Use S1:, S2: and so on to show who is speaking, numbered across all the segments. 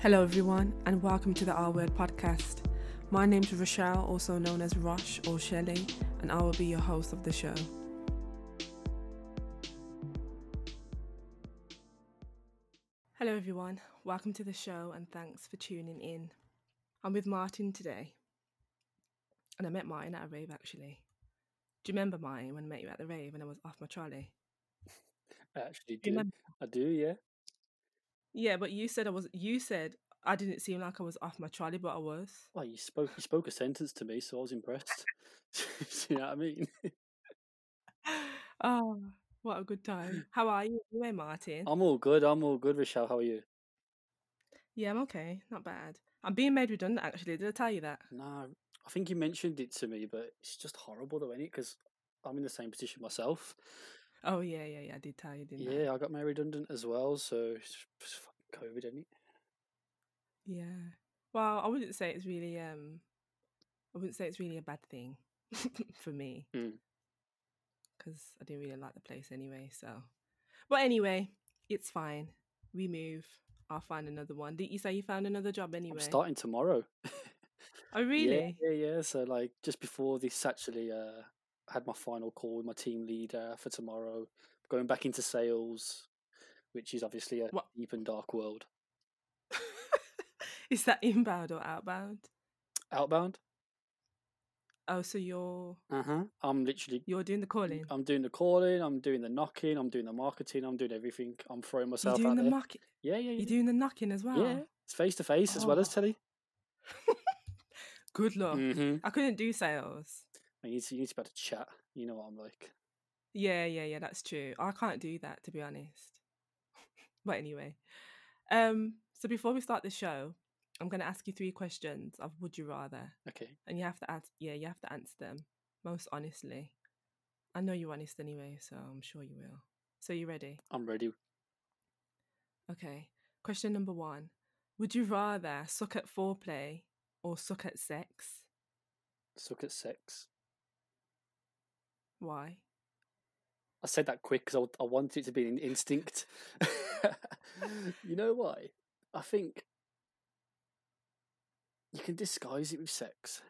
S1: Hello, everyone, and welcome to the R Word podcast. My name's Rochelle, also known as Rosh or Shelley, and I will be your host of the show. Hello, everyone. Welcome to the show, and thanks for tuning in. I'm with Martin today, and I met Martin at a rave actually. Do you remember Martin when I met you at the rave and I was off my trolley?
S2: I actually
S1: Do you
S2: do.
S1: remember?
S2: I do, yeah.
S1: Yeah, but you said I was. You said I didn't seem like I was off my trolley, but I was.
S2: Well, you spoke you spoke a sentence to me, so I was impressed. you know what I mean?
S1: oh, what a good time. How are you anyway, Martin?
S2: I'm all good. I'm all good, Rochelle. How are you?
S1: Yeah, I'm okay. Not bad. I'm being made redundant, actually. Did I tell you that?
S2: Nah, I think you mentioned it to me, but it's just horrible, though, is it? Because I'm in the same position myself.
S1: Oh, yeah, yeah, yeah. I did tell you, didn't I?
S2: Yeah, I got my redundant as well, so it's just fucking COVID, ain't it?
S1: Yeah. Well, I wouldn't say it's really, um, I wouldn't say it's really a bad thing for me
S2: Mm.
S1: because I didn't really like the place anyway. So, but anyway, it's fine. We move. I'll find another one. Did you say you found another job
S2: I'm
S1: anyway?
S2: starting tomorrow.
S1: Oh,
S2: Yeah,
S1: really?
S2: yeah, yeah. So like just before this, actually, uh, I had my final call with my team leader for tomorrow. Going back into sales, which is obviously a
S1: What
S2: deep and dark world.
S1: is that inbound or outbound?
S2: Outbound.
S1: Oh, so you're
S2: Uh huh. I'm literally,
S1: you're doing the calling.
S2: I'm doing the calling, I'm doing the knocking, I'm doing the marketing, I'm doing everything. I'm throwing
S1: You're
S2: myself
S1: doing
S2: out
S1: the
S2: there.
S1: knock.
S2: Yeah, yeah,
S1: You're doing the knocking as
S2: yeah. Yeah.
S1: well.
S2: It's face to face as well as
S1: Oh,
S2: telly.
S1: good luck.
S2: Mm-hmm.
S1: I couldn't do sales.
S2: You need to, you need to be able to chat. You know what I'm like.
S1: Yeah, yeah, yeah. That's true. I can't do that to be honest. But anyway, um, so before we start the show, I'm going to ask you three questions of Would you rather,
S2: Okay.
S1: and you have to add. Yeah, you have to answer them most honestly. I know you're honest anyway, so I'm sure you will. So you ready?
S2: I'm ready.
S1: Okay. Question number one: Would you rather suck at foreplay or suck at sex?
S2: Suck at sex.
S1: Why?
S2: I said that quick because I, I wanted it to be an instinct. you know why? I think you can disguise it with sex.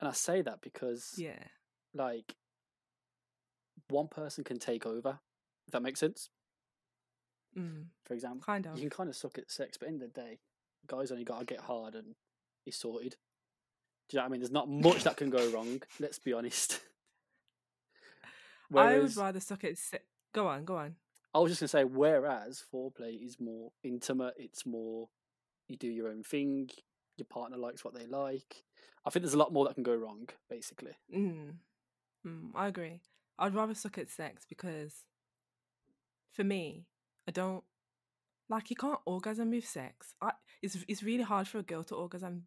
S2: And I say that because,
S1: Yeah.
S2: like, one person can take over, if that makes sense.
S1: Mm,
S2: for example.
S1: kind of.
S2: You can kind of suck at sex, but in the day, guys only got to get hard and he's sorted. Do you know what I mean? There's not much that can go wrong, let's be honest.
S1: I would
S2: Whereas,
S1: rather suck at se- Go on, go on.
S2: I was just going to say, whereas foreplay is more intimate, it's more you do your own thing, your partner likes what they like. I think there's a lot more that can go wrong, basically.
S1: Mm, mm, I agree. I'd rather suck at sex because for me, I don't like you can't orgasm with sex. I, it's it's really hard for a girl to orgasm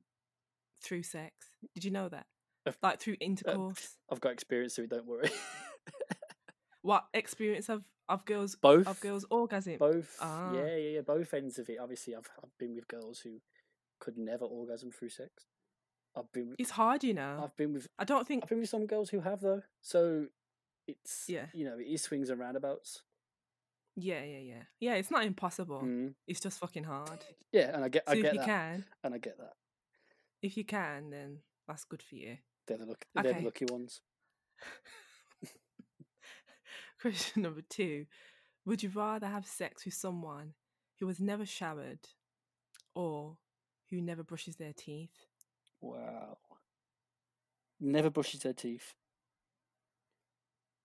S1: through sex. Did you know that?
S2: I've,
S1: Like through
S2: uh,
S1: intercourse.
S2: I've got experience with it, don't worry.
S1: What experience of of girls of
S2: both,
S1: girls orgasm?
S2: both,
S1: Ah,
S2: yeah, yeah, yeah, both ends of it. Obviously, I've, I've been with girls who could never orgasm through sex. I've been with-
S1: it's hard, you know.
S2: I've been with
S1: I don't think.
S2: I've been with some girls who have though. So it's
S1: Yeah,
S2: you know, it is swings and roundabouts.
S1: yeah, yeah, yeah, yeah. It's not impossible.
S2: Mm.
S1: It's just fucking hard.
S2: Yeah, and I get I
S1: So if
S2: get
S1: you
S2: that.
S1: can,
S2: And I get that.
S1: if you can, then that's good for you.
S2: They're the lucky they're the
S1: Okay.
S2: lucky ones.
S1: Question number two Would you rather have sex with someone who has never showered or who never brushes their teeth?
S2: Wow. Never brushes their teeth.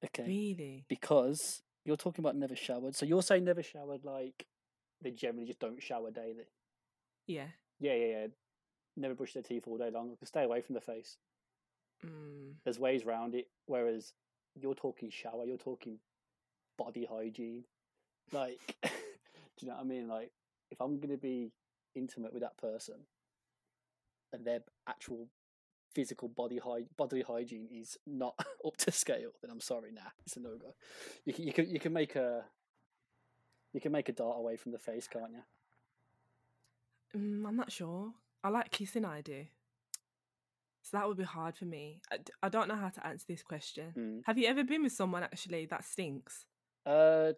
S2: Okay.
S1: Really?
S2: Because you're talking about never showered. So you're saying never showered like they generally just don't shower daily.
S1: Yeah.
S2: Yeah, yeah, yeah. Never brush their teeth all day long. They Stay away from the face.
S1: Mm.
S2: There's ways round it. Whereas you're talking shower, you're talking body hygiene. Like, do you know what I mean? Like, if I'm going to be intimate with that person and their actual physical body hy- bodily hygiene is not up to scale, then I'm sorry, nah, it's a no go. You can, you can you can make a you can make a dart away from the face, can't you?
S1: Mm, I'm not sure. I like kissing, I do. So that would be hard for me. I, d- I don't know how to answer this question.
S2: Mm.
S1: Have you ever been with someone actually that stinks?
S2: Uh,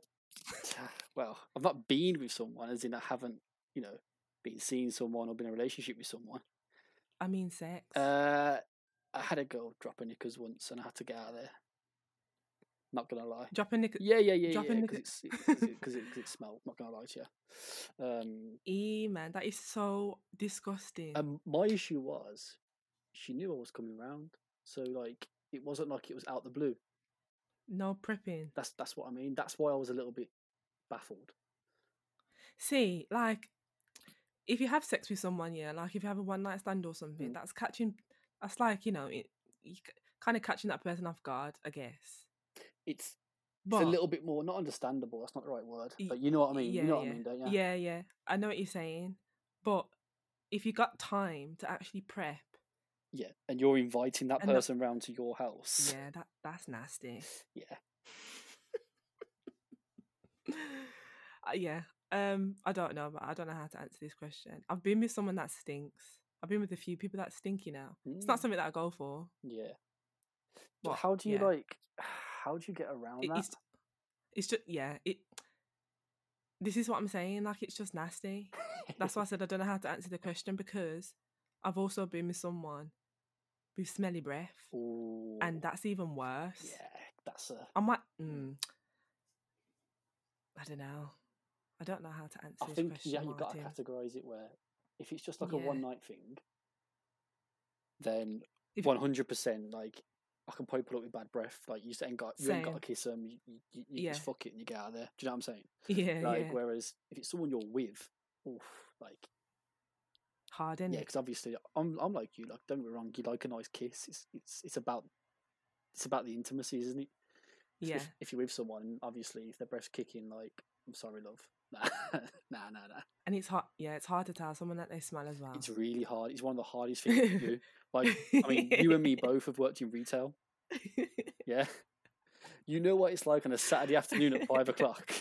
S2: well, I've not been with someone as in I haven't, you know. been seeing someone or been in a relationship with someone.
S1: I mean, sex.
S2: Uh, I had a girl drop a knickers once, and I had to get out of there. Not gonna lie.
S1: Dropping Nick.
S2: Yeah, yeah, yeah,
S1: Drop a
S2: yeah.
S1: knicker-
S2: Because it, it, 'cause it smelled. Not gonna lie to you. Um,
S1: E man, that is so disgusting.
S2: And my issue was, she knew I was coming round, so like it wasn't like it was out the blue.
S1: no prepping.
S2: That's that's what I mean. That's why I was a little bit baffled.
S1: See, like, if you have sex with someone, yeah, like if you have a one night stand or something,
S2: Mm.
S1: that's catching. That's like you know, it, you kind of catching that person off guard, I guess.
S2: It's,
S1: But
S2: it's a little bit more not understandable. That's not the right word,
S1: Y-
S2: but you know what I mean.
S1: yeah,
S2: you know what
S1: yeah.
S2: I mean, don't you?
S1: yeah, yeah, I know what you're saying, but if you got time to actually prep,
S2: Yeah, and you're inviting that
S1: And the-
S2: person round to your house.
S1: yeah, that that's nasty.
S2: Yeah,
S1: Uh, yeah, um, I don't know, but I don't know how to answer this question. I've been with someone that stinks. I've been with a few people that stinky now. It's not
S2: Mm,
S1: something that I go for.
S2: Yeah. But
S1: But,
S2: how do you
S1: yeah.
S2: like? How do you get around
S1: It-
S2: that?
S1: it's it's just yeah it this is what i'm saying like it's just nasty that's why i said i don't know how to answer the question because i've also been with someone with smelly breath
S2: Ooh,
S1: and that's even worse
S2: yeah, that's a.
S1: i might
S2: Mm.
S1: mm, i don't know i don't know how to answer
S2: I
S1: this
S2: think
S1: question
S2: yeah, you've got to
S1: Martin.
S2: categorize it where if it's just like a
S1: Yeah.
S2: one night thing, then
S1: If-
S2: one hundred percent like I can probably put up with bad breath. Like you just ain't got you ain't got
S1: Same.
S2: to kiss them. You, you, you, you just
S1: Yeah.
S2: fuck it and you get out of there. Do you know what I'm saying?
S1: yeah
S2: Like
S1: yeah
S2: whereas if it's someone you're with, oof, like
S1: hard
S2: yeah,
S1: in
S2: because obviously I'm I'm like you. Like don't get me wrong, you like a nice kiss. It's it's it's about it's about the intimacy, isn't it? So
S1: yeah
S2: If, if you're with someone, obviously if their breath's kicking, like I'm sorry, love. Nah, nah, nah, nah.
S1: and it's hard yeah it's hard to tell someone that they smell as well
S2: It's really hard. It's one of the hardest things to do. Like, I mean, you and me both have worked in retail. Yeah. You know what it's like on a Saturday afternoon at five o'clock.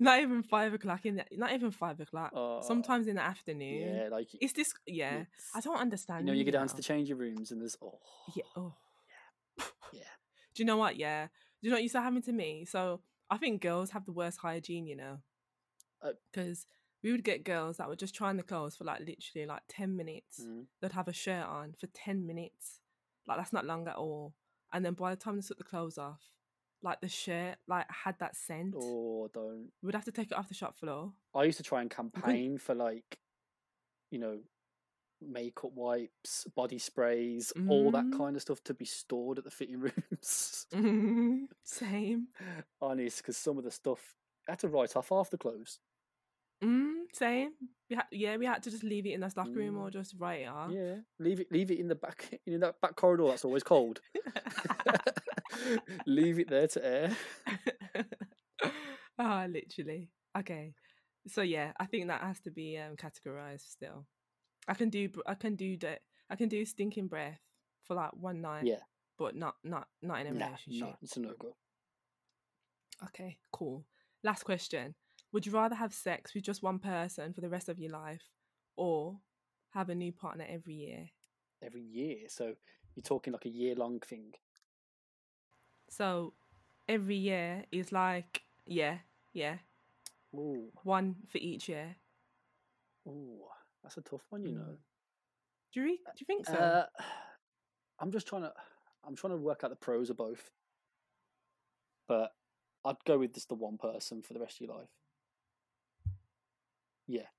S1: not even five o'clock in the, not even five o'clock
S2: Uh,
S1: sometimes in the afternoon
S2: Yeah, like
S1: it's this yeah i
S2: it's-
S1: don't understand
S2: you know, you go down to
S1: now.
S2: the changing rooms and there's oh
S1: yeah oh
S2: Yeah.
S1: do you know what yeah do you know what used to happen to me so i think girls have the worst hygiene you know
S2: Uh,
S1: because we would get girls that were just trying the clothes for like literally like 10 minutes
S2: mm,
S1: they'd have a shirt on for 10 minutes. Like, that's not long at all. And then by the time they took the clothes off, like the shirt, like had that scent.
S2: oh don't.
S1: We'd have to take it off the shop floor.
S2: I used to try and campaign for like, you know, makeup wipes, body sprays, all that
S1: Mm.
S2: kind of stuff to be stored at the fitting rooms.
S1: Mhm, same.
S2: Honest, because some of the stuff I had to write off half the clothes.
S1: Mm, same. We ha- yeah, we had to just leave it in the stock room
S2: Mm.
S1: or just write it off.
S2: Yeah, leave it. Leave it in the back in that back corridor. That's always cold. leave it there to air.
S1: Ah, literally. Okay. So yeah, I think that has to be um, categorized still. I can do br- I can do that I can do stinking breath for like one night.
S2: Yeah.
S1: But not not not in a
S2: Nah,
S1: relationship.
S2: no, it's a no go.
S1: Okay, cool. Last question. Would you rather have sex with just one person for the rest of your life or have a new partner every year?
S2: Every year, so you're talking like a year long thing.
S1: So every year is like yeah, yeah,
S2: Ooh,
S1: one for each year.
S2: ooh, that's a tough one, you
S1: Mm.
S2: know.
S1: Do you, re- do you think so?
S2: Uh, I'm just trying to, I'm trying to work out the pros of both. But I'd go with just the one person for the rest of your life.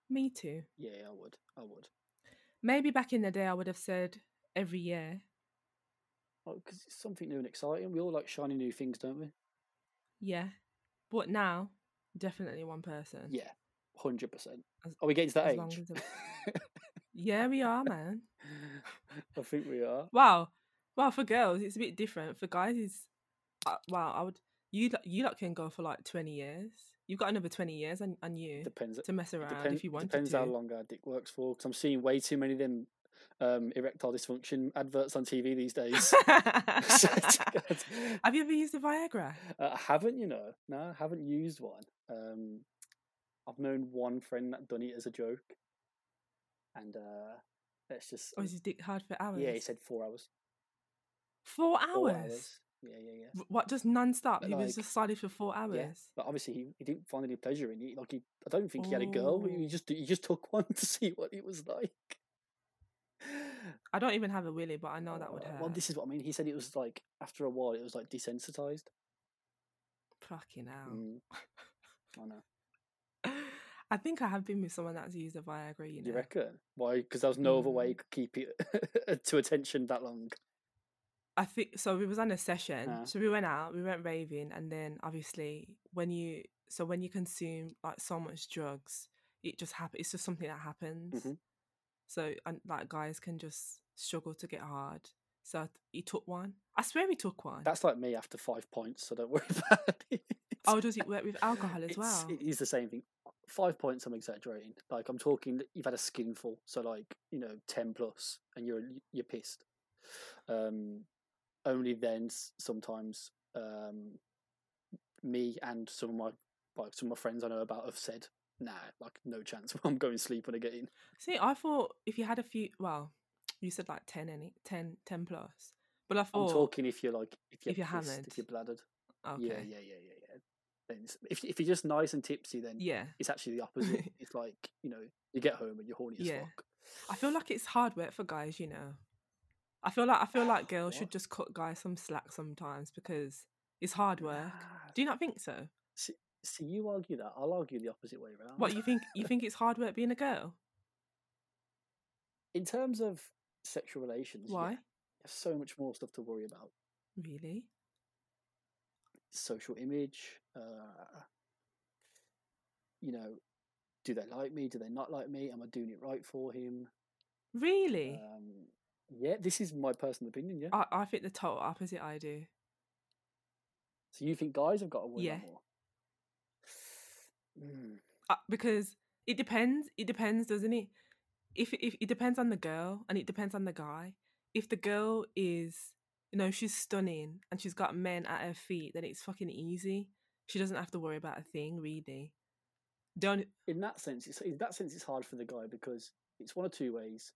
S1: Me too.
S2: Yeah, I would. I would.
S1: Maybe back in the day, I would have said every year.
S2: Because Oh, it's something new and exciting. We all like shiny new things, don't we?
S1: Yeah. But now, definitely one person.
S2: Yeah, hundred percent.
S1: As-
S2: Are we getting to that
S1: as long
S2: age?
S1: as Yeah, we are, man.
S2: I think we are.
S1: Wow. Well, for girls, it's a bit different. For guys, it's. Uh, wow, I would. You, lot- you lot can go for like 20 years. You've got another 20 years on, on you
S2: Depends.
S1: to mess around
S2: Depends.
S1: if you want
S2: depends
S1: to.
S2: how long our dick works for. Because I'm seeing way too many of them um, erectile dysfunction adverts on TV these days. So, God.
S1: have you ever used a Viagra?
S2: Uh, I haven't, you know. No, I haven't used one. Um, I've known one friend that done it as a joke, and uh, it's just
S1: Or is his dick hard for Oh, hours?
S2: yeah. He said four hours.
S1: Four
S2: Four
S1: hours.
S2: hours. Yeah, yeah, yeah.
S1: W- What just non-stop?
S2: But
S1: he was
S2: like-
S1: just solid for four hours.
S2: But obviously, he, he didn't find any pleasure in it. Like he, I don't think he had a girl. He
S1: Ooh.
S2: just he just took one to see what it was like.
S1: I don't even have a willy, but I know that would
S2: Uh,
S1: hurt.
S2: Well, this is what I mean. He said it was like after a while, it was like desensitized.
S1: fucking hell.
S2: Mm. I know.
S1: I think I have been with someone that's used a Viagra. You know,
S2: You reckon? Why? Because there was no other way
S1: Mm.
S2: you could keep it to attention that long.
S1: I think so. We was on a session,
S2: Ah.
S1: so we went out, we went raving, and then obviously when you so when you consume like so much drugs, it just happens. It's just something that happens.
S2: Mhm.
S1: So and like guys can just struggle to get hard. So I th- he took one. I swear he took one.
S2: That's like me after five points, so don't worry about it.
S1: oh, does it work with alcohol as
S2: It's-
S1: well?
S2: It is the same thing. Five points, I'm exaggerating. Like I'm talking, that you've had a skinful, so like you know, ten plus, and you're you're pissed. Um, only then s- sometimes um, me and some of my like some of my friends I know about have said, "Nah, like no chance. I'm going to sleep when I get in."
S1: See, I thought if you had a few, well, you said like 10, any 10, 10 plus, but I
S2: I'm
S1: thought
S2: talking if you're like if you're,
S1: if you're
S2: pissed,
S1: hammered.
S2: if you're bladdered.
S1: okay,
S2: Yeah, yeah, yeah, yeah, yeah. Then it's- if if you're just nice and tipsy, then
S1: yeah.
S2: it's actually the opposite. it's like you know, you get home and you're horny as
S1: Yeah.
S2: fuck.
S1: I feel like it's hard work for guys, you know. I feel like I feel like girls
S2: What?
S1: should just cut guys some slack sometimes because it's hard work.
S2: Nah.
S1: Do you not think so?
S2: Ah, See, you argue that. I'll argue the opposite way around.
S1: What you think? You think it's hard work being a girl?
S2: In terms of sexual relations, yeah,
S1: Why?
S2: there's so much more stuff to worry about.
S1: Really?
S2: Social image. Uh, you know, do they like me? Do they not like me? Am I doing it right for him?
S1: Really?
S2: Um, yeah, this is my personal opinion. Yeah.
S1: I, I think the total opposite. I do.
S2: So you think guys have got to worry
S1: Yeah.
S2: more? Mm,
S1: uh, because it depends. It depends, doesn't it? If, if it depends on the girl and it depends on the guy. If the girl is, you know, she's stunning and she's got men at her feet, then it's fucking easy. She doesn't have to worry about a thing, really. Don't.
S2: in that sense, it's, in that sense, it's hard for the guy because it's one of two ways.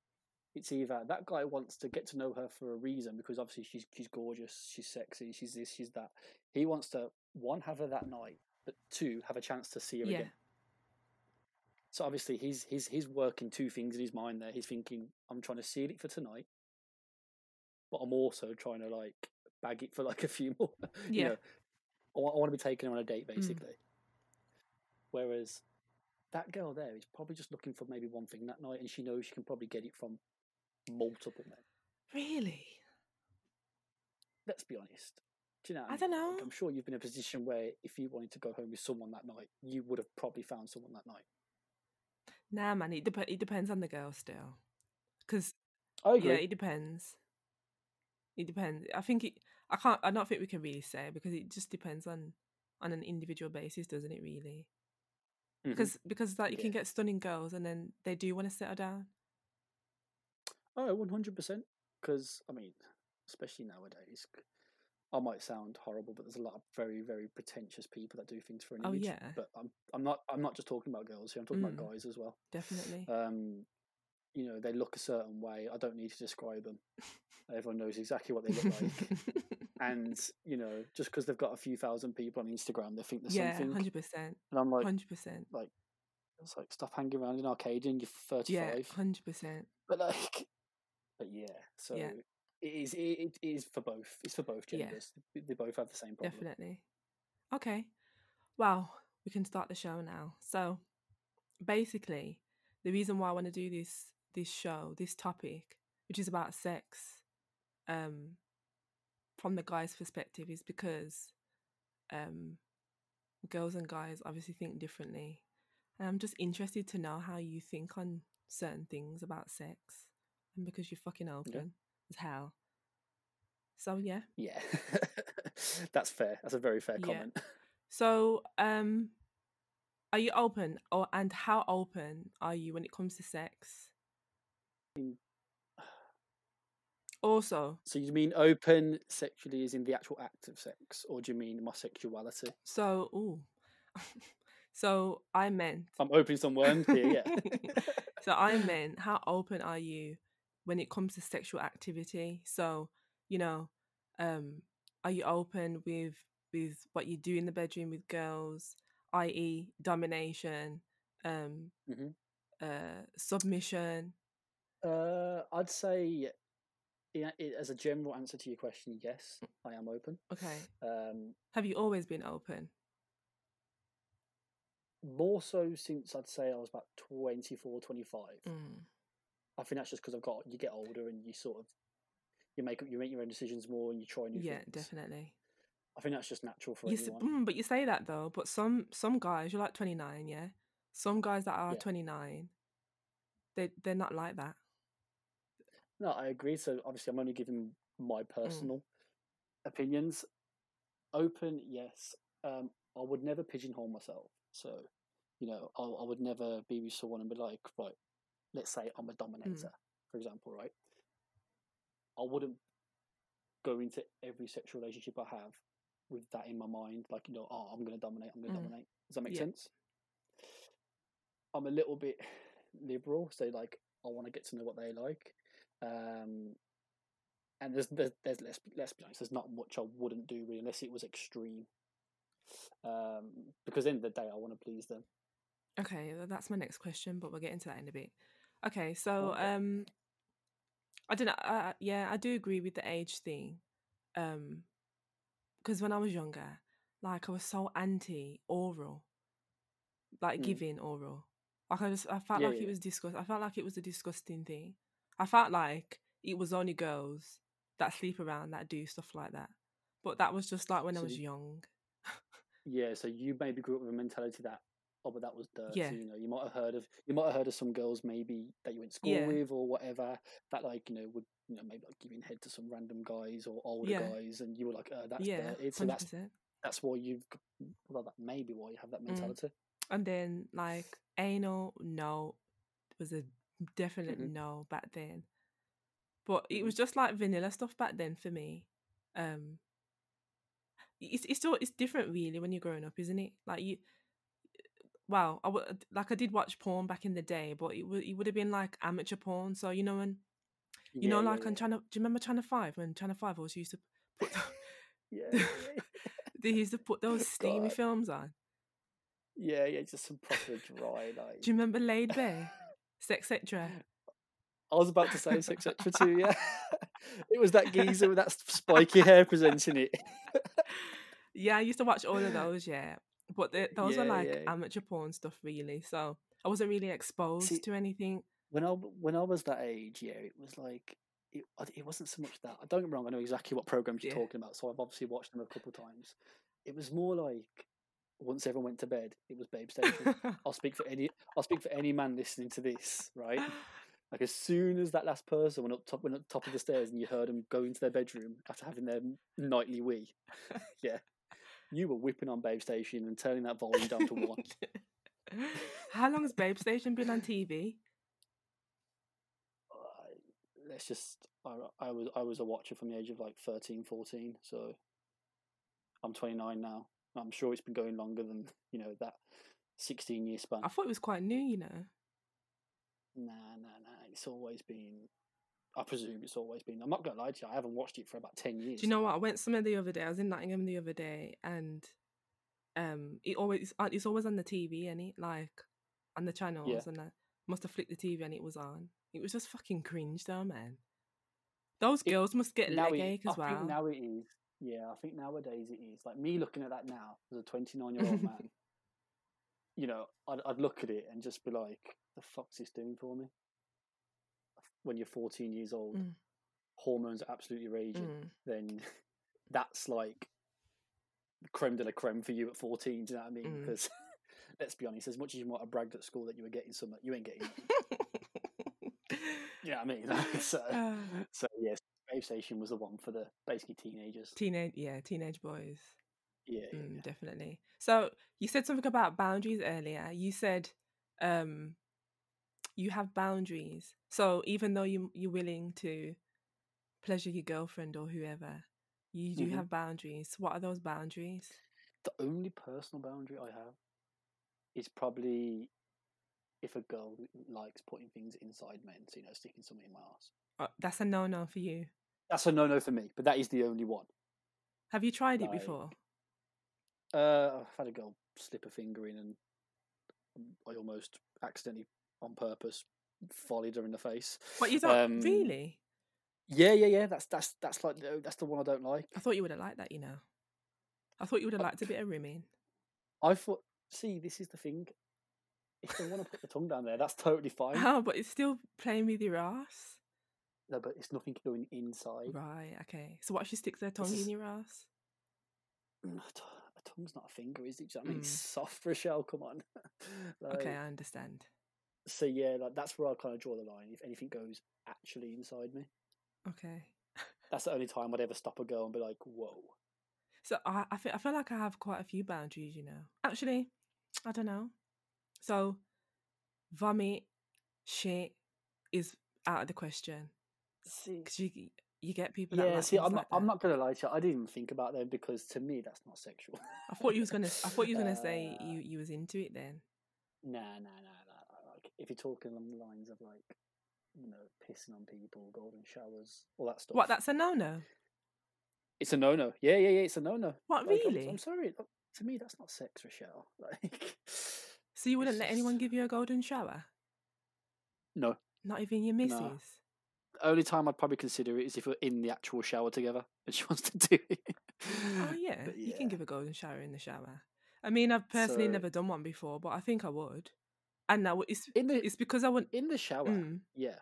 S2: It's either that guy wants to get to know her for a reason because obviously she's she's gorgeous, she's sexy, she's this, she's that. He wants to one have her that night, but two have a chance to see her
S1: Yeah.
S2: again. So obviously he's he's he's working two things in his mind there. He's thinking, I'm trying to seal it for tonight, but I'm also trying to like bag it for like a few more. you
S1: Yeah. Mm.
S2: know, I, want to be taken on a date basically. Whereas that girl there is probably just looking for maybe one thing that night, and she knows she can probably get it from multiple men.
S1: Really?
S2: Let's be honest. Do you know? what
S1: I
S2: mean?
S1: dunno.
S2: Like, I'm sure you've been in a position where if you wanted to go home with someone that night, you would have probably found someone that night.
S1: Nah, man. It, dep- it depends on the girl still. Because
S2: I agree.
S1: yeah, it depends. It depends. I think it. I can't. I don't think we can really say because it just depends on on an individual basis, doesn't it? Really.
S2: Mhm.
S1: because because like you
S2: Yeah.
S1: can get stunning girls and then they do want to settle down.
S2: Oh, 100%. Because, I mean, especially nowadays, c- I might sound horrible, but there's a lot of very, very pretentious people that do things for an
S1: Oh,
S2: image.
S1: yeah.
S2: But I'm, I'm not, I'm not just talking about girls here. I'm talking
S1: Mm.
S2: about guys as well.
S1: Definitely.
S2: Um, you know, they look a certain way. I don't need to describe them. Everyone knows exactly what they look like. and you know, just because they've got a few thousand people on Instagram, they think there's
S1: yeah,
S2: something.
S1: hundred percent,
S2: And I'm like,
S1: hundred percent.
S2: it's like stop hanging around in Arcadia and you're 35
S1: Yeah, hundred percent.
S2: but like but yeah so it is it, it is for both it's for both
S1: Yeah.
S2: genders They- they both have the same problem
S1: Definitely. Okay. Well, we can start the show now. So, basically, the reason why I want to do this this show, this topic, which is about sex, um, from the guy's perspective, is because, um, girls and guys obviously think differently, and I'm just interested to know how you think on certain things about sex, and because you're fucking open as hell. So yeah.
S2: yeah that's fair that's a very fair
S1: Yeah.
S2: comment
S1: So, um, are you open, or and how open are you when it comes to sex?
S2: In-
S1: Also,
S2: so you mean open sexually is in the actual act of sex or do you mean my sexuality
S1: so ooh, so I meant,
S2: i'm opening some worms here yeah
S1: so I meant, how open are you when it comes to sexual activity? So, you know, um, are you open with with what you do in the bedroom with girls, i.e., domination, um,
S2: Mhm.
S1: uh, submission?
S2: Uh, I'd say, yeah, i as a general answer to your question, yes,
S1: Mm.
S2: I am open.
S1: Okay.
S2: Um,
S1: Have you always been open?
S2: more so since I'd say I was about 24, 25.
S1: Mm.
S2: I think that's just because I've got you get older and you sort of you make up you make your own decisions more and you try new
S1: Yeah,
S2: things.
S1: definitely.
S2: I think that's just natural for
S1: You s-
S2: anyone.
S1: mm, but you say that though. But some some guys, you're like 29, yeah. Some guys that are
S2: Yeah.
S1: 29, they they're not like that.
S2: No, I agree. So obviously, I'm only giving my
S1: Mm.
S2: personal opinions. Open, yes. Um, I would never pigeonhole myself. So, you know, I, I would never be with someone and be like, right, let's say I'm a dominator,
S1: Mm.
S2: for example, right? I wouldn't go into every sexual relationship I have with that in my mind, like, you know, oh, I'm going to dominate, I'm going to
S1: Mm.
S2: dominate. Does that make
S1: Yeah.
S2: sense? I'm a little bit liberal, so like, I want to get to know what they like. Um, and there's, there's, there's let's, be- let's be honest, there's not much I wouldn't do really, unless it was extreme. Um, because at the end of the day, I want to please them.
S1: Okay, well, that's my next question, but we'll get into that in a bit. Okay, so
S2: Okay.
S1: um, I don't know. Uh, yeah, I do agree with the age thing. Um, because when I was younger, like I was so anti oral, like
S2: Mm.
S1: giving oral. Like I just, I felt
S2: Yeah,
S1: like
S2: yeah,
S1: it
S2: yeah.
S1: was disgust. I felt like it was a disgusting thing. I felt like it was only girls that sleep around that do stuff like that. But that was just like when I
S2: So
S1: was
S2: you,
S1: young.
S2: yeah, so you maybe grew up with a mentality that, oh, but that was dirty.
S1: Yeah,
S2: You know, you might have heard of you might have heard of some girls maybe that you went to school
S1: yeah,
S2: with or whatever that like you know would you know maybe like giving head to some random guys or older
S1: yeah,
S2: guys, and you were like, uh, that's
S1: yeah,
S2: dirty. So
S1: hundred
S2: that's
S1: percent.
S2: that's why you've g- well that may be why you have that
S1: Mm.
S2: mentality.
S1: And then like anal, no, was a definite
S2: hmm
S1: no back then. But it
S2: hmm
S1: was just like vanilla stuff back then for me. Um, it's it's still it's different really when you're growing up, isn't it? Like you, well, I w- like I did watch porn back in the day, but it would it would have been like amateur porn. So you know when you know
S2: Yeah, yeah,
S1: like on Channel, do you remember Channel Five when Channel Five always used to put
S2: yeah, yeah, yeah,
S1: they used to put
S2: yeah.
S1: those steamy
S2: Oh God,
S1: films on.
S2: yeah, yeah, just some proper
S1: Do
S2: dry
S1: you
S2: like.
S1: remember Laid Bare, Sex Etc.
S2: I was about to say Sex Extra too, yeah. it was that geezer with that s- spiky hair presenting it.
S1: yeah, I used to watch all of those, yeah. But the, those were
S2: yeah,
S1: like
S2: yeah.
S1: amateur porn stuff, really. So I wasn't really exposed
S2: See,
S1: to anything.
S2: when I w- when I was that age, yeah, it was like it, I d- it wasn't so much that. I don't get me wrong, I know exactly what programs you're
S1: Yeah.
S2: talking about, so I've obviously watched them a couple times. It was more like once everyone went to bed, it was Babe Station. I'll speak for any I'll speak for any man listening to this, right? Like as soon as that last person went up top went up top of the stairs and you heard them go into their bedroom after having their n- nightly wee, yeah, you were whipping on Babe Station and turning that volume down to one.
S1: How long has Babe Station been on TV?
S2: Uh, Let's just I, I was I was a watcher from the age of like 13, 14, so I'm 29 now. I'm sure it's been going longer than you know that 16 year span.
S1: I thought it was quite new, you know.
S2: Nah, nah, nah. It's always been. I presume it's always been. I'm not gonna lie to you. I haven't watched it for about 10
S1: Do you
S2: years
S1: know
S2: now.
S1: what? I went somewhere the other day. I was in Nottingham the other day, and um, it always uh, it's always on the TV, and it like on the
S2: Yeah.
S1: channels, and I must have flicked the TV, and it was on. It was just fucking cringe, though, man. Those
S2: It
S1: girls must get
S2: now
S1: leg
S2: it.
S1: ache
S2: I
S1: as
S2: think
S1: well.
S2: now it is. Yeah, I think nowadays it is. Like me looking at that now as a 29 year old man. You know, I'd, I'd look at it and just be like, "The fuck's this doing for me?" When you're 14 years old,
S1: Mm,
S2: hormones are absolutely raging.
S1: mm.
S2: Then that's like creme de la creme for you at 14. Do you know what I mean?
S1: Mm.
S2: Because let's be honest, as much as you might have bragged at school that you were getting something, you ain't getting nothing. You know what I mean? Like, so,
S1: uh,
S2: so yes, Brave Station was the one for the basically teenagers.
S1: teenage, yeah, teenage boys,
S2: Yeah, yeah,
S1: mm,
S2: yeah.
S1: definitely. So you said something about boundaries earlier. You said um, you have boundaries. So even though you you're willing to pleasure your girlfriend or whoever, you do
S2: hmm
S1: have boundaries. What are those boundaries?
S2: The only personal boundary I have is probably if a girl likes putting things inside men, so you know, sticking something in my ass.
S1: Uh, that's a no no for you.
S2: That's a no no for me, but that is the only one.
S1: Have you tried it
S2: Like-
S1: before?
S2: Uh, I've had a girl slip a finger in, and I almost accidentally, on purpose, volleyed her in the face.
S1: What you don't
S2: Um,
S1: really?
S2: Yeah, yeah, yeah. That's that's that's like the- that's the one I don't like.
S1: I thought you would have liked that, you know. I thought you would have
S2: Uh,
S1: liked a bit of rimming.
S2: I thought, see, this is the thing. If they want to put the tongue down there, that's totally fine.
S1: Oh, but it's still playing with your ass.
S2: No, but it's nothing going inside.
S1: Right, okay. So what if she sticks her tongue
S2: is-
S1: in your ass?
S2: Mm, A, t- a tongue's not a finger, is it? Do you know what I
S1: Mm.
S2: mean? It's soft, Rochelle. Come on.
S1: Okay,
S2: Like,
S1: I understand.
S2: So yeah, like that's where I kind of draw the line. If anything goes actually inside me,
S1: Okay.
S2: that's the only time I'd ever stop a girl and be like, "Whoa."
S1: So I, I feel I feel like I have quite a few boundaries, you know. Actually, I don't know. So vomit, shit is out of the question
S2: See,
S1: because you you get people. that
S2: yeah.
S1: like
S2: See,
S1: things
S2: I'm not.
S1: like that.
S2: I'm not gonna lie to you. I didn't even think about them because to me, that's not sexual.
S1: I thought you was gonna. I thought you was gonna say
S2: Uh,
S1: you you was into it then.
S2: Nah, nah, nah, nah. nah, Like, if you're talking along the lines of like, you know, pissing on people, golden showers, all that stuff.
S1: What? That's a no no.
S2: It's a no-no. Yeah, yeah, yeah. It's a no-no.
S1: What
S2: Like, I'm-
S1: really?
S2: I'm, sorry. uh, To me, that's not sex, Rochelle. Like,
S1: so you wouldn't
S2: it's
S1: let
S2: just-
S1: anyone give you a golden shower?
S2: no.
S1: Not even your missus.
S2: Nah. The only time I'd probably consider it is if we're in the actual shower together and she wants to do it.
S1: Oh yeah,
S2: But
S1: you can
S2: yeah.
S1: give a golden shower in the shower. I mean, I've personally
S2: So-
S1: never done one before, but I think I would. And now it's
S2: In the
S1: it's because I want.
S2: in the shower,
S1: Mm,
S2: yeah,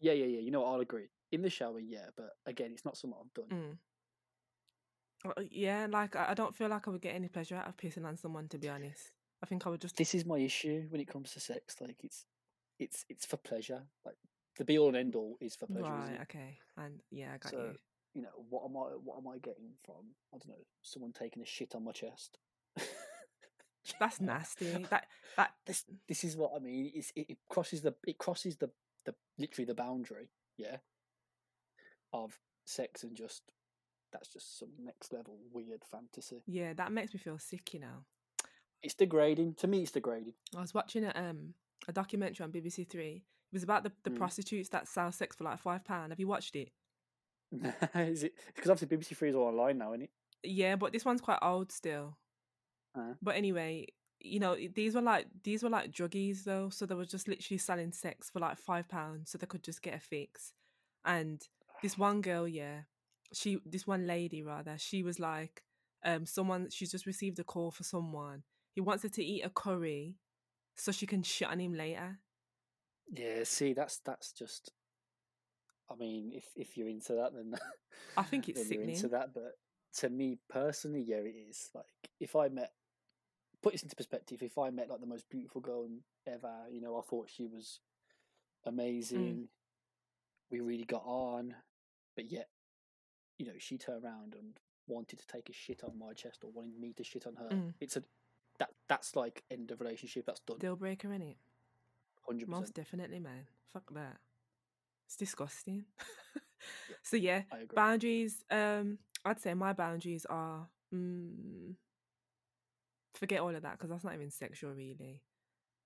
S2: yeah, yeah, yeah. You know, what, I'll agree. In the shower, yeah. But again, it's not something I've done.
S1: mm. Uh, Yeah, like I I don't feel like I would get any pleasure out of pissing on someone. To be honest, I think I would just.
S2: this is my issue when it comes to sex. Like it's it's it's for pleasure. Like the be all and end all is for pleasure. isn't
S1: Right.
S2: it?
S1: Okay. And yeah, I got
S2: So-
S1: you.
S2: You know what am I what am I getting from I don't know someone taking a shit on my chest.
S1: That's nasty. That that
S2: this this is what I mean. It's, it, it crosses the it crosses the the literally the boundary. Yeah. Of sex and just that's just some next level weird fantasy.
S1: yeah, that makes me feel sick. You know.
S2: It's degrading to me. It's degrading.
S1: I was watching a um a documentary on BBC Three. It was about the, the
S2: Mm.
S1: prostitutes that sell sex for like five pound. Have you watched it?
S2: is it because obviously BBC Three is all online now, isn't it?
S1: Yeah, but this one's quite old still.
S2: Uh.
S1: But anyway, you know i- these were like these were like druggies though, so they were just literally selling sex for like five pounds, so they could just get a fix. And this one girl, yeah, she this one lady rather, she was like, um, someone she's just received a call for someone. He wants her to eat a curry, so she can shit on him later.
S2: Yeah, see, that's that's just. I mean, if if you're into that, then
S1: I think it's
S2: then you're into
S1: sickening.
S2: that. But to me personally, yeah, it is. Like, if I met, put this into perspective. If I met like the most beautiful girl ever, you know, I thought she was
S1: Mm.
S2: amazing. We really got on, but yet, you know, she turned around and wanted to take a shit on my chest or wanted me to shit on her.
S1: Mm.
S2: It's a that that's like end of relationship. That's done.
S1: Deal breaker in it,
S2: Hundred
S1: most
S2: percent.
S1: definitely, man. Fuck that. It's disgusting.
S2: Yeah.
S1: so yeah,
S2: I agree.
S1: boundaries um i'd say my boundaries are mm, forget all of that because that's not even sexual really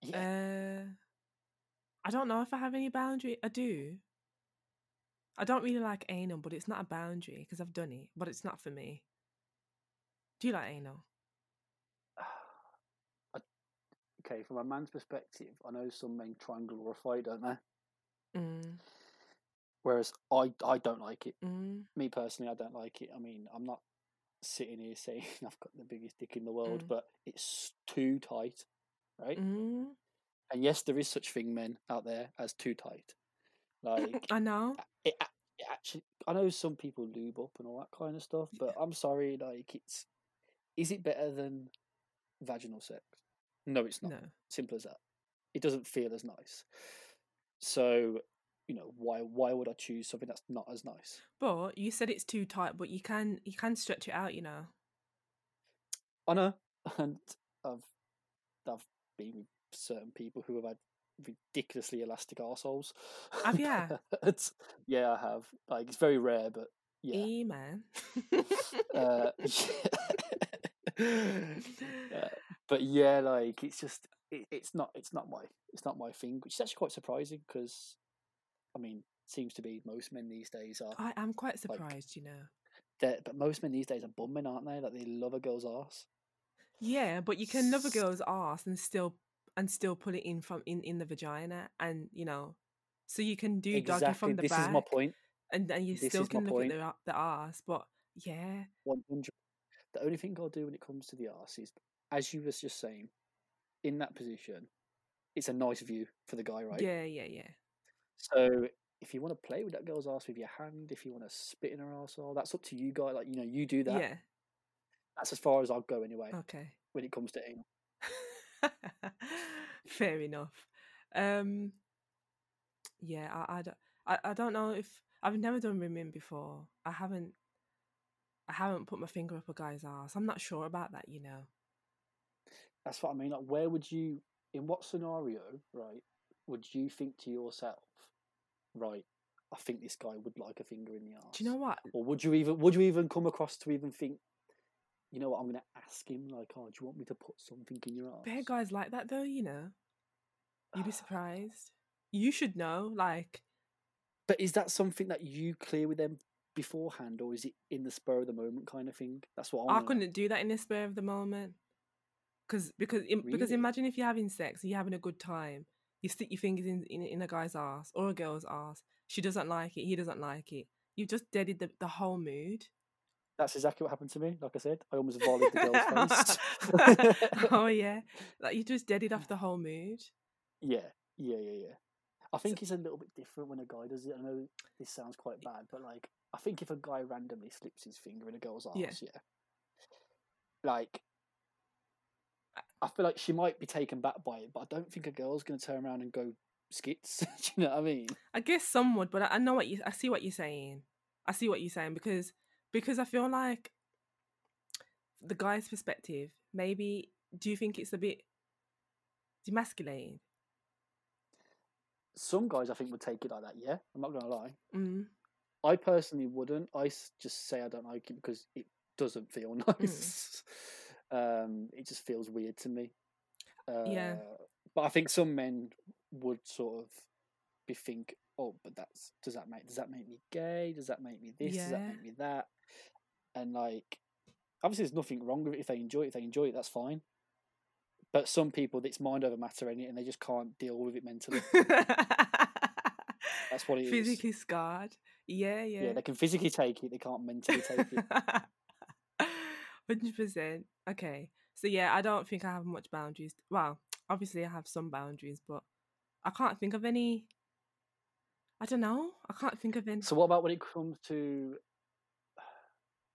S2: yeah.
S1: uh i don't know if i have any boundary i do i don't really like anal but it's not a boundary because i've done it but it's not for me do you like anal
S2: I- okay, from a man's perspective, I know some men try and glorify it, don't they?
S1: mm,
S2: Whereas I, I don't like it.
S1: mm,
S2: Me personally, I don't like it. I mean, I'm not sitting here saying I've got the biggest dick in the world,
S1: Mm.
S2: but it's too tight, right?
S1: mm.
S2: And yes, there is such thing, men out there, as too tight. Like
S1: i know
S2: it, a- it actually i know some people lube up and all that kind of stuff but i'm sorry like it's is it better than vaginal sex no it's not
S1: no
S2: simple as that it doesn't feel as nice so you know why why would i choose something that's not as nice
S1: but you said it's too tight but you can you can stretch it out you know
S2: i know and i've i've been with certain people who have had ridiculously elastic arseholes
S1: Have ya?
S2: But- yeah i have like it's very rare but yeah
S1: e man
S2: uh, Uh, but yeah, like it's just it, it's not it's not my it's not my thing, which is actually quite surprising because I mean seems to be most men these days are
S1: I am quite surprised, you know.
S2: they're, but most men these days are bum men, aren't they? Like they love a girl's ass.
S1: Yeah, but you can love a girl's ass and still and still put it in from in in the vagina, and you know, so you can do doggy from the
S2: this
S1: back,
S2: is my point.
S1: and and you
S2: This
S1: still
S2: is my
S1: can look
S2: point.
S1: at the, the ass. But yeah,
S2: One hundred. The only thing I'll do when it comes to the arse is, as you was just saying, in that position, it's a nice view for the guy, right?
S1: yeah, yeah, yeah.
S2: So if you want to play with that girl's ass with your hand, if you want to spit in her asshole, that's up to you, guy. Like you know, you do that.
S1: Yeah. Uh.
S2: That's as far as I'll go anyway
S1: Okay.
S2: when it comes to anal.
S1: Fair enough. Um, yeah, I, I, don't- I, I don't know if I've never done women before. I haven't. I haven't put my finger up a guy's ass. I'm not sure about that, you know.
S2: That's what I mean. Like, where would you, in what scenario, right, would you think to yourself, right, I think this guy would like a finger in the arse?
S1: Do you know what?
S2: Or would you even would you even come across to even think, you know what, I'm gonna ask him like, oh, do you want me to put something in your arse?
S1: Bear guys like that though, you know. You'd be surprised. You should know, like,
S2: But is that something that you clear with them beforehand, or is it in the spur of the moment kind of thing? That's what I,
S1: I
S2: wanna know.
S1: couldn't do that in the spur of the moment. Cause, because im- because
S2: Really?
S1: imagine if you're having sex and you're having a good time, you stick your fingers in, in in a guy's ass or a girl's ass. She doesn't like it. He doesn't like it. You just deaded the, the whole mood.
S2: That's exactly what happened to me. Like I said, I almost volleyed the girl's face.
S1: oh yeah, like you just deaded off the whole mood.
S2: Yeah, yeah, yeah, yeah. I think it's a little bit different when a guy does it. I know this sounds quite bad, but like, I think if a guy randomly slips his finger in a girl's arse,
S1: Yeah.
S2: yeah, like, I- I feel like she might be taken back by it, but I don't think a girl's gonna turn around and go skits. Do you know what I mean?
S1: I guess some would, but I, I know what you. I see what you're saying. I see what you're saying because because I feel like the guy's perspective. Maybe do you think it's a bit demasculating?
S2: Some guys, I think, would take it like that. Yeah, I'm not gonna lie.
S1: Mm.
S2: I personally wouldn't. I s- just say I don't like it because it doesn't feel
S1: Hmm.
S2: nice. Um, it just feels weird to me. Uh,
S1: Yeah.
S2: But I think some men would sort of be think, oh, but that's does that make does that make me gay? Does that make me this? Does that
S1: Yeah.
S2: make me that? And like, obviously, there's nothing wrong with it if they enjoy it. If they enjoy it, that's fine. But some people, it's mind over matter, innit? and they just can't deal with it mentally. That's what it is.
S1: Physically scarred. Yeah, yeah.
S2: yeah, they can physically take it, they can't mentally take it.
S1: Hundred percent. Okay. So yeah, I don't think I have much boundaries. Well, obviously I have some boundaries, but I can't think of any. I don't know. I can't think of any.
S2: So what about when it comes to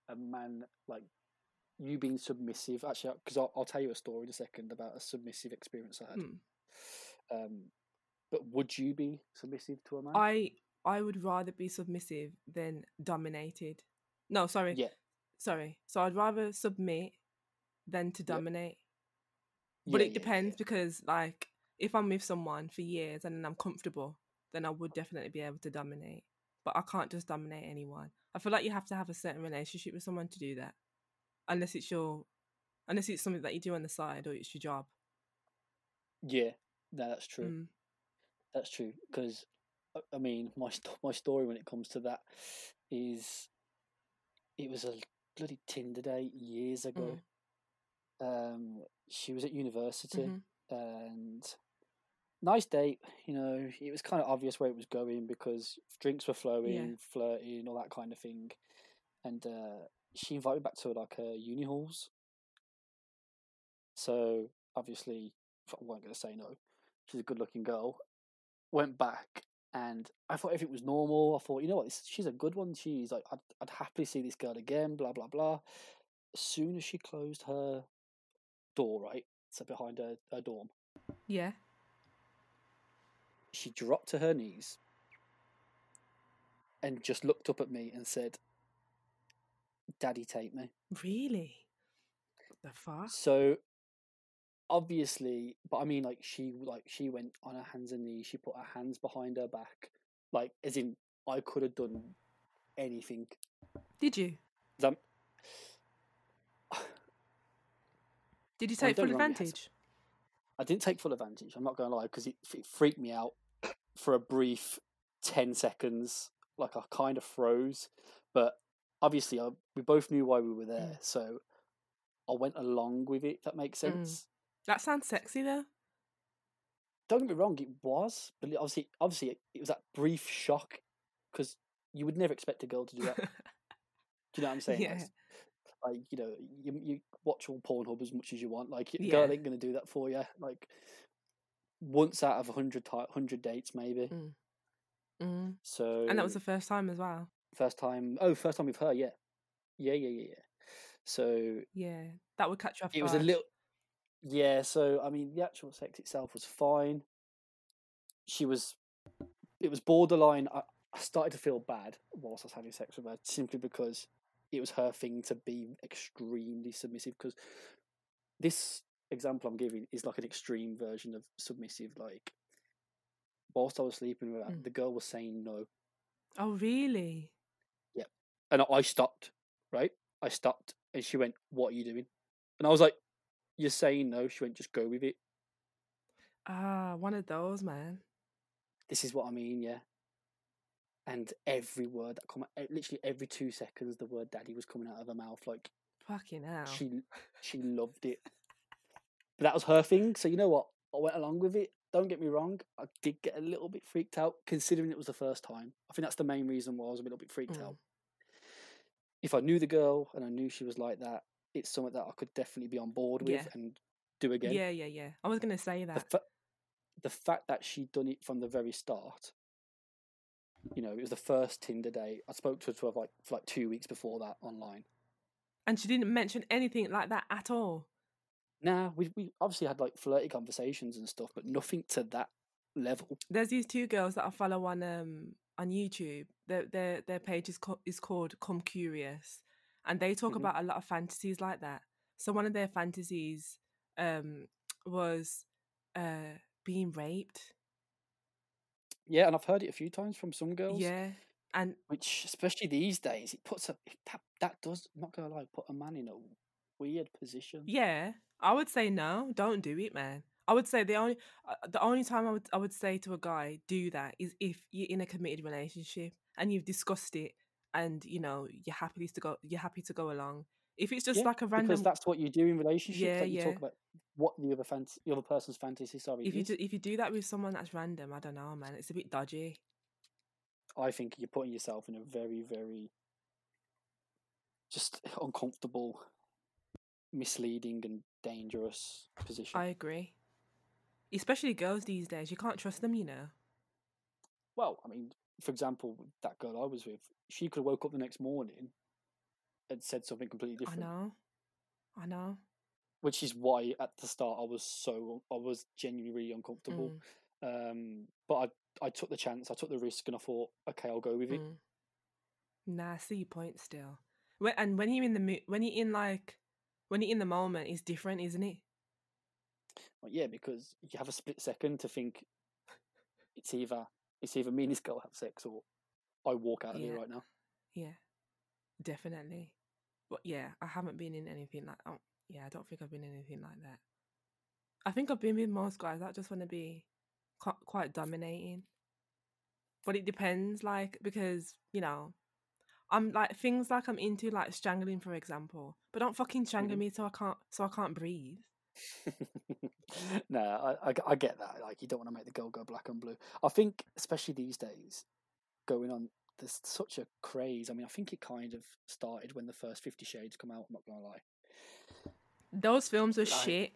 S2: a man like you being submissive? Actually, because I'll, I'll tell you a story in a second about a submissive experience I had.
S1: Hmm.
S2: Um, but would you be submissive to a man?
S1: I I would rather be submissive than dominated. No, sorry,
S2: yeah,
S1: sorry. So I'd rather submit than to
S2: Yeah.
S1: dominate. But
S2: yeah,
S1: it
S2: yeah,
S1: depends because, like, if I'm with someone for years and I'm comfortable, then I would definitely be able to dominate. But I can't just dominate anyone. I feel like you have to have a certain relationship with someone to do that, unless it's your, unless it's something that you do on the side or it's your job.
S2: Yeah, yeah. No, that's true.
S1: Mm.
S2: That's true. Because I mean, my st- my story when it comes to that is it was a bloody Tinder date
S1: Hmm.
S2: years ago. Um, she was at university.
S1: Mhm.
S2: and nice date. You know, it was kind of obvious where it was going because drinks were flowing, flirting, all that kind of thing. And uh, she invited me back to like her uni halls. So obviously, I wasn't going to say no. She's a good-looking girl. Went back, and I thought everything was normal. I thought, you know what, this, she's a good one. She's like, I'd, I'd happily see this girl again. Blah blah blah. As soon as she closed her door, right, so behind her, her dorm,
S1: Yeah.
S2: she dropped to her knees and just looked up at me and said, Daddy, take me.
S1: Really. The fuck.
S2: So obviously, but I mean, like, she, like, she went on her hands and knees, she put her hands behind her back, like, as in, I could have done anything.
S1: Did you?
S2: That,
S1: Did you
S2: Well,
S1: take
S2: don't
S1: full
S2: get me wrong, it has-
S1: advantage?
S2: I didn't take full advantage, I'm not going to lie, because it, it freaked me out for a brief 10 seconds. Like, I kind of froze, but obviously I, we both knew why we were there, so I went along with it. If that makes
S1: Mm.
S2: sense.
S1: That sounds sexy though.
S2: Don't get me wrong, it was, but it obviously, obviously, it, it was that brief shock because you would never expect a girl to do that. do you know what I'm saying?
S1: Yeah.
S2: That's- Like, you know, you, you watch all Pornhub as much as you want. Like, a
S1: Yeah.
S2: girl ain't gonna do that for you. Like, once out of a hundred ti- hundred dates, maybe.
S1: Mm. Mm.
S2: So
S1: And that was the first time as well.
S2: first time. Oh, first time with her. Yeah, yeah, yeah, yeah. yeah. So
S1: Yeah, that would catch you off
S2: it was a
S1: guard.
S2: little yeah so i mean the actual sex itself was fine she was it was borderline I, I started to feel bad whilst i was having sex with her simply because it was her thing to be extremely submissive because this example i'm giving is like an extreme version of submissive like whilst i was sleeping with her
S1: Mm.
S2: the girl was saying no
S1: Oh, really?
S2: and I stopped, right? I stopped, and she went, "What are you doing?" And I was like, "You're saying no." She went, "Just go with it."
S1: Ah, one of those, man.
S2: This is what I mean, yeah. And every word that come, out- eh, literally every two seconds, the word "daddy" was coming out of her mouth. Like
S1: Fucking hell.
S2: she, she loved it. But that was her thing. So you know what? I went along with it. Don't get me wrong. I did get a little bit freaked out, considering it was the first time. I think that's the main reason why I was a little bit freaked out.
S1: Mm.
S2: if I knew the girl and I knew she was like that, it's something that I could definitely be on board with
S1: Yeah.
S2: and do again.
S1: Yeah, yeah, yeah. I was gonna say
S2: The,
S1: that.
S2: fa- the fact that she'd done it from the very start, you know, it was the first Tinder day. I spoke to her for like, for like two weeks before that online.
S1: And she didn't mention anything like that at all.
S2: Now, we, we obviously had like flirty conversations and stuff, but nothing to that level.
S1: There's these two girls that I follow on um on YouTube. Their their their page is co- is called Come Curious, and they talk
S2: Mhm.
S1: about a lot of fantasies like that. So one of their fantasies um was uh being raped.
S2: Yeah, and I've heard it a few times from some girls,
S1: Yeah, and
S2: which, especially these days, it puts a, it- that, that does, not gonna lie, put a man in a weird position.
S1: Yeah, I would say no. Don't do it, man. I would say the only uh, the only time I would I would say to a guy do that is if you're in a committed relationship and you've discussed it and you know you're happy to go you're happy to go along. If it's just
S2: Yeah,
S1: like a random
S2: because that's what you do in relationships.
S1: Yeah,
S2: like you
S1: yeah.
S2: talk about what the other fantasy, the other person's fantasy. Sorry,
S1: if you
S2: is.
S1: do, if you do that with someone that's random, I don't know, man. It's a bit dodgy.
S2: I think you're putting yourself in a very, very just uncomfortable, misleading, and dangerous position.
S1: I agree. Especially girls these days, you can't trust them, you know.
S2: Well, I mean, for example, that girl I was with, she could have woke up the next morning and said something completely
S1: I
S2: different,
S1: know. I know.
S2: which is why at the start I was so I was genuinely really uncomfortable.
S1: Mm,
S2: Um, but I I took the chance, I took the risk, and I thought, okay, I'll go with it.
S1: mm. Nah, I see your point still. When, and when you're in the mo- when you're in like when you're in the moment, it's different, isn't it?
S2: Well, yeah, because you have a split second to think it's either it's either me and this girl have sex or I walk out of here
S1: Yeah.
S2: right now.
S1: Yeah, definitely. But yeah, I haven't been in anything like. Oh, yeah, I don't think I've been in anything like that. I think I've been with most guys that just want to be qui- quite dominating. But it depends, like because you know, I'm like things like I'm into like strangling, for example. But don't fucking strangle
S2: Mhm.
S1: me so I can't so I can't breathe.
S2: no, I, I g- I get that. Like you don't want to make the girl go black and blue. I think especially these days, going on there's such a craze. I mean, I think it kind of started when the first Fifty Shades come out. I'm not gonna lie.
S1: Those films are
S2: Like-
S1: shit.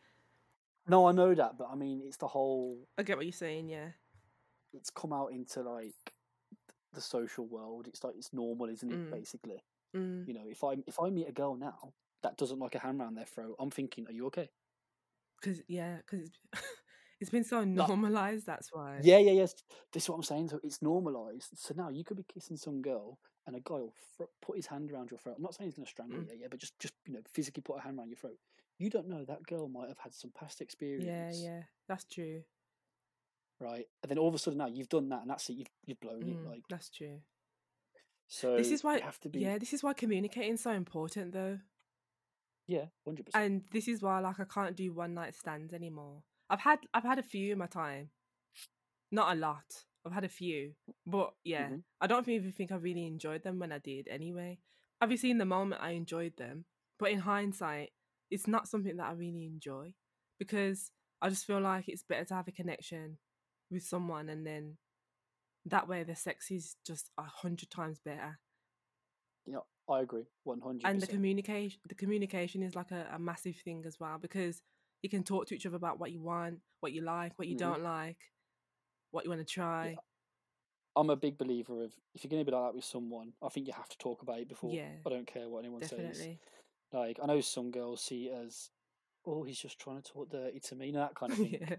S2: No, I know that, but I mean, it's the whole.
S1: I get what you're saying. Yeah.
S2: It's come out into like the social world. It's like it's normal, isn't it?
S1: Mm.
S2: Basically.
S1: Mm.
S2: you know, if I if I meet a girl now that doesn't like a hand round their throat, I'm thinking, are you okay?
S1: Cause yeah, cause it's, it's been so
S2: Like-
S1: normalized. That's why.
S2: Yeah, yeah, yes. This is what I'm saying. So it's normalised. So now you could be kissing some girl, and a guy will fro- put his hand around your throat. I'm not saying he's going to strangle
S1: Mm.
S2: you, yeah, but just just you know, physically put a hand around your throat. You don't know that girl might have had some past experience,
S1: Yeah, yeah, that's true.
S2: right? And then all of a sudden now you've done that, and that's it. You've you've blown
S1: Mm,
S2: it. Like
S1: that's true.
S2: so,
S1: this is why.
S2: you have to be
S1: Yeah, this is why communicating is so important, though.
S2: yeah, hundred percent.
S1: And this is why, like, I can't do one night stands anymore. I've had, I've had a few in my time. Not a lot. I've had a few, but yeah,
S2: Mhm.
S1: I don't even think I really enjoyed them when I did. Anyway, obviously in the moment I enjoyed them, but in hindsight, it's not something that I really enjoy because I just feel like it's better to have a connection with someone and then that way the sex is just a hundred times better.
S2: Yeah, I agree, one hundred.
S1: And the communication, the communication is like a, a massive thing as well because you can talk to each other about what you want, what you like, what you
S2: Mhm.
S1: don't like, what you want to try.
S2: I'm a big believer of if you're going to be like that with someone, I think you have to talk about it before.
S1: Yeah.
S2: I don't care what anyone says.
S1: Definitely.
S2: Like I know some girls see it as, oh, he's just trying to talk dirty to me, you know, that kind of thing.
S1: yeah.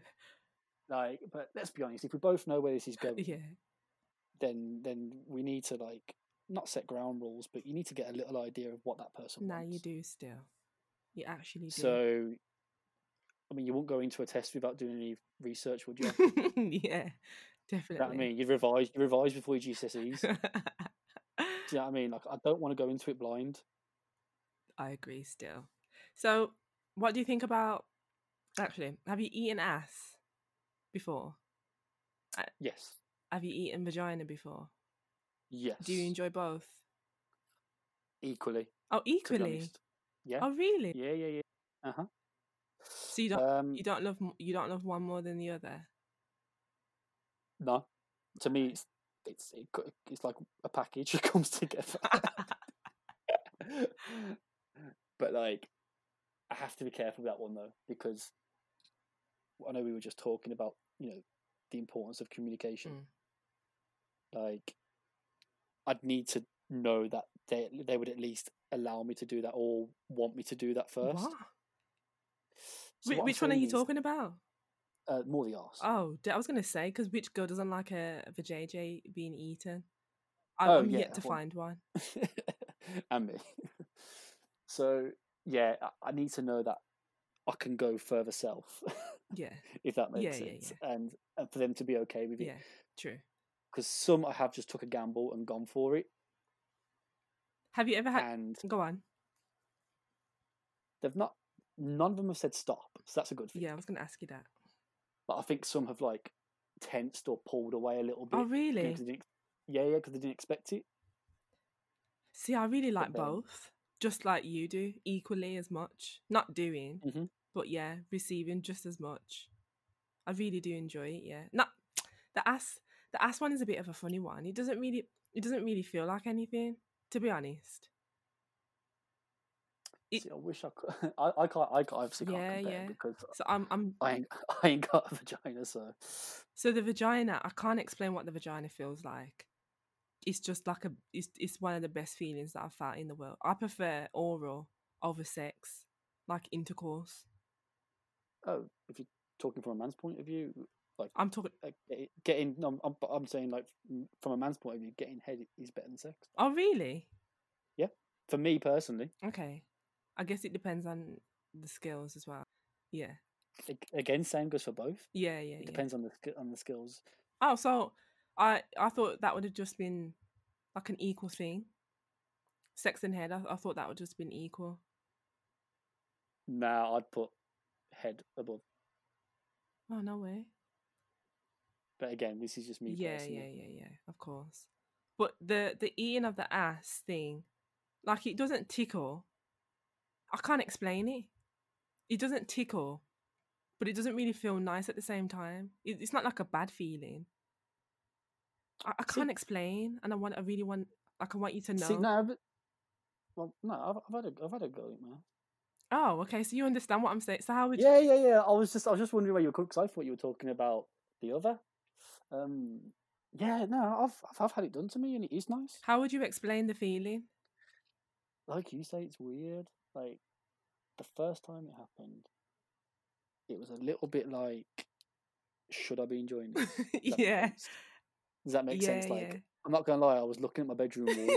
S2: Like, but let's be honest, if we both know where this is going,
S1: Yeah.
S2: then then we need to like not set ground rules, but you need to get a little idea of what that person
S1: Now
S2: wants.
S1: you do still. You actually do.
S2: So, I mean, you won't go into a test without doing any research, would you? Do
S1: yeah, definitely.
S2: you know what I mean, you revise, you revise before your GCSEs. Do you know what I mean? Like, I don't want to go into it blind.
S1: I agree still. So, what do you think about actually? Have you eaten ass before?
S2: Yes,
S1: Have you eaten vagina before?
S2: yes.
S1: Do you enjoy both?
S2: equally?
S1: Oh,
S2: To be
S1: equally.
S2: honest. Yeah.
S1: Oh, really?
S2: Yeah, yeah, yeah. Uh huh.
S1: So you don't
S2: Um,
S1: you don't love m- you don't love one more than the other.
S2: no, to me, it's it's it, co- it's like a package that comes together. but like, I have to be careful with that one though because I know we were just talking about you know the importance of communication.
S1: Mm.
S2: Like, I'd need to know that they they would at least allow me to do that or want me to do that first.
S1: What?
S2: So
S1: Whi-
S2: what I'm
S1: which one are you
S2: saying is,
S1: talking about?
S2: Uh, more the arse.
S1: Oh, d- I was gonna say because which girl doesn't like a vajayjay being eaten? I-
S2: Oh,
S1: I'm
S2: yeah,
S1: yet to
S2: well-
S1: find one.
S2: and me. so yeah, I, I need to know that I can go further self,
S1: Yeah,
S2: if that makes
S1: Yeah, yeah,
S2: sense, And, and for them to be okay with it.
S1: yeah, true.
S2: Because some I have just took a gamble and gone for it,
S1: Have you ever had?
S2: and
S1: Go on.
S2: they've not. None of them have said stop, so that's a good thing.
S1: Yeah, I was going to ask you that.
S2: But I think some have like tensed or pulled away a little bit.
S1: Oh,
S2: you know,
S1: really?
S2: 'cause they didn't, yeah, yeah, because they didn't expect it.
S1: See, I really like
S2: then-
S1: both, just like you do, equally as much. Not doing,
S2: Mhm.
S1: but yeah, receiving just as much. I really do enjoy it. Yeah, not the ass. The ass one is a bit of a funny one. It doesn't really, it doesn't really feel like anything, to be honest. It-
S2: See, I wish I could. I, I can't. I can't. Obviously
S1: Yeah,
S2: can't compare
S1: yeah.
S2: because
S1: So I'm, I'm.
S2: I ain't. I ain't got a vagina. So
S1: So the vagina, I can't explain what the vagina feels like. It's just like a, it's, it's one of the best feelings that I've felt in the world. I prefer oral over sex, like intercourse.
S2: Oh, if you're talking from a man's point of view,
S1: I'm talking.
S2: like get- getting, no, I'm, but I'm saying like m- from a man's point of view, getting head is better than sex.
S1: Oh, really?
S2: For me personally,
S1: Okay. I guess it depends on the skills as well. Yeah.
S2: Ag- again, same goes for both.
S1: Yeah, yeah,
S2: It
S1: yeah.
S2: depends on the sk- on the skills.
S1: Oh, so I I thought that would have just been like an equal thing. Sex and head. I, I thought that would just been equal.
S2: Now I'd put head above,
S1: Oh no way.
S2: but again, this is just me
S1: yeah, yeah,
S2: personally.
S1: yeah, yeah. Of course. But the the eating of the ass thing, like it doesn't tickle. I can't explain it. It doesn't tickle, but it doesn't really feel nice at the same time. It, it's not like a bad feeling. I, I
S2: See-
S1: can't explain, and I want. I really want. Like I want you to know.
S2: See, no, but, well, no, I've, I've had a, I've had a go at it, man.
S1: Oh, okay. So you understand what I'm saying. So how would?
S2: Yeah, yeah, yeah. I was just, I was just wondering where you were because I thought you were talking about the other. Um, yeah, no, I've, I've, I've had it done to me, and it is nice.
S1: How would you explain the feeling?
S2: like you say, it's weird. Like the first time it happened, it was a little bit like, should I be enjoying this? Does that make
S1: yeah.
S2: sense? Does that make
S1: yeah,
S2: sense? Like, I'm not gonna lie, I was looking at my bedroom wall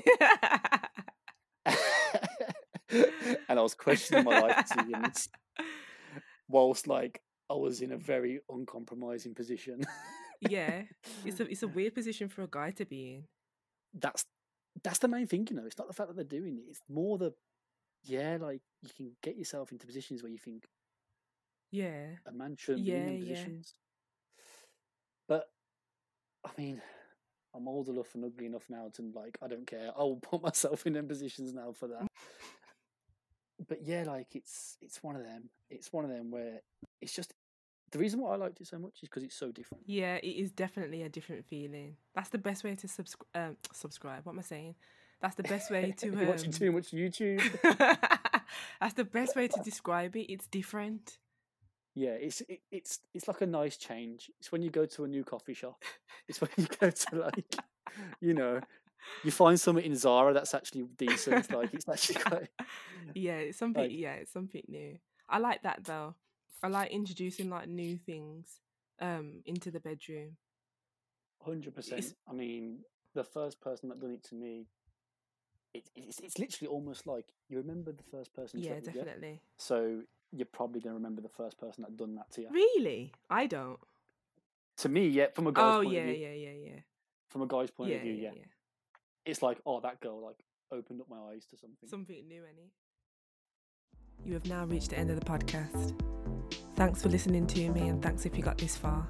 S1: yeah.
S2: and I was questioning my life decisions whilst like I was in a very uncompromising position.
S1: yeah. It's a it's a weird position for a guy to be in.
S2: that's that's the main thing, you know. It's not the fact that they're doing it. It's more the yeah, like you can get yourself into positions where you think
S1: Yeah.
S2: a man shouldn't be in
S1: Yeah,
S2: them
S1: yeah.
S2: positions. But I mean, I'm old enough and ugly enough now to like I don't care. I'll put myself in them positions now for that. but yeah, like it's it's one of them. It's one of them where it's just the reason why I liked it so much is because it's so different.
S1: Yeah, it is definitely a different feeling. That's the best way to subscribe. Um, subscribe. What am I saying? That's the best way to. Um...
S2: You're watching too much YouTube.
S1: That's the best way to describe it. It's different.
S2: Yeah, it's it, it's it's like a nice change. It's when you go to a new coffee shop. It's when you go to like, you know, you find something in Zara that's actually decent. Like it's actually quite.
S1: Yeah, it's something.
S2: Like-
S1: yeah, it's something new. I like that though. I like introducing like new things um into the bedroom.
S2: Hundred percent.
S1: It's-
S2: I mean, the first person that done it to me, it, it's it's literally almost like you remember the first person. to
S1: Yeah,
S2: let you go,
S1: definitely.
S2: So you're probably gonna remember the first person that done that to you.
S1: Really, I don't.
S2: To me, yeah, from a guy's
S1: Oh
S2: point
S1: yeah,
S2: of view.
S1: yeah, yeah, yeah,
S2: From a guy's point
S1: yeah,
S2: of view, yeah.
S1: yeah, yeah.
S2: It's like, oh, that girl like opened up my eyes to something.
S1: Something new, any. You have now reached the end of the podcast. Thanks for listening to me, and thanks if you got this far.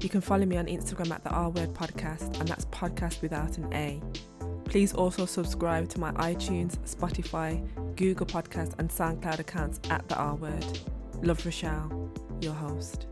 S1: You can follow me on Instagram at the R Word Podcast, and that's podcast without an A. Please also subscribe to my iTunes, Spotify, Google Podcast, and SoundCloud accounts at the R Word. Love Rochelle, your host.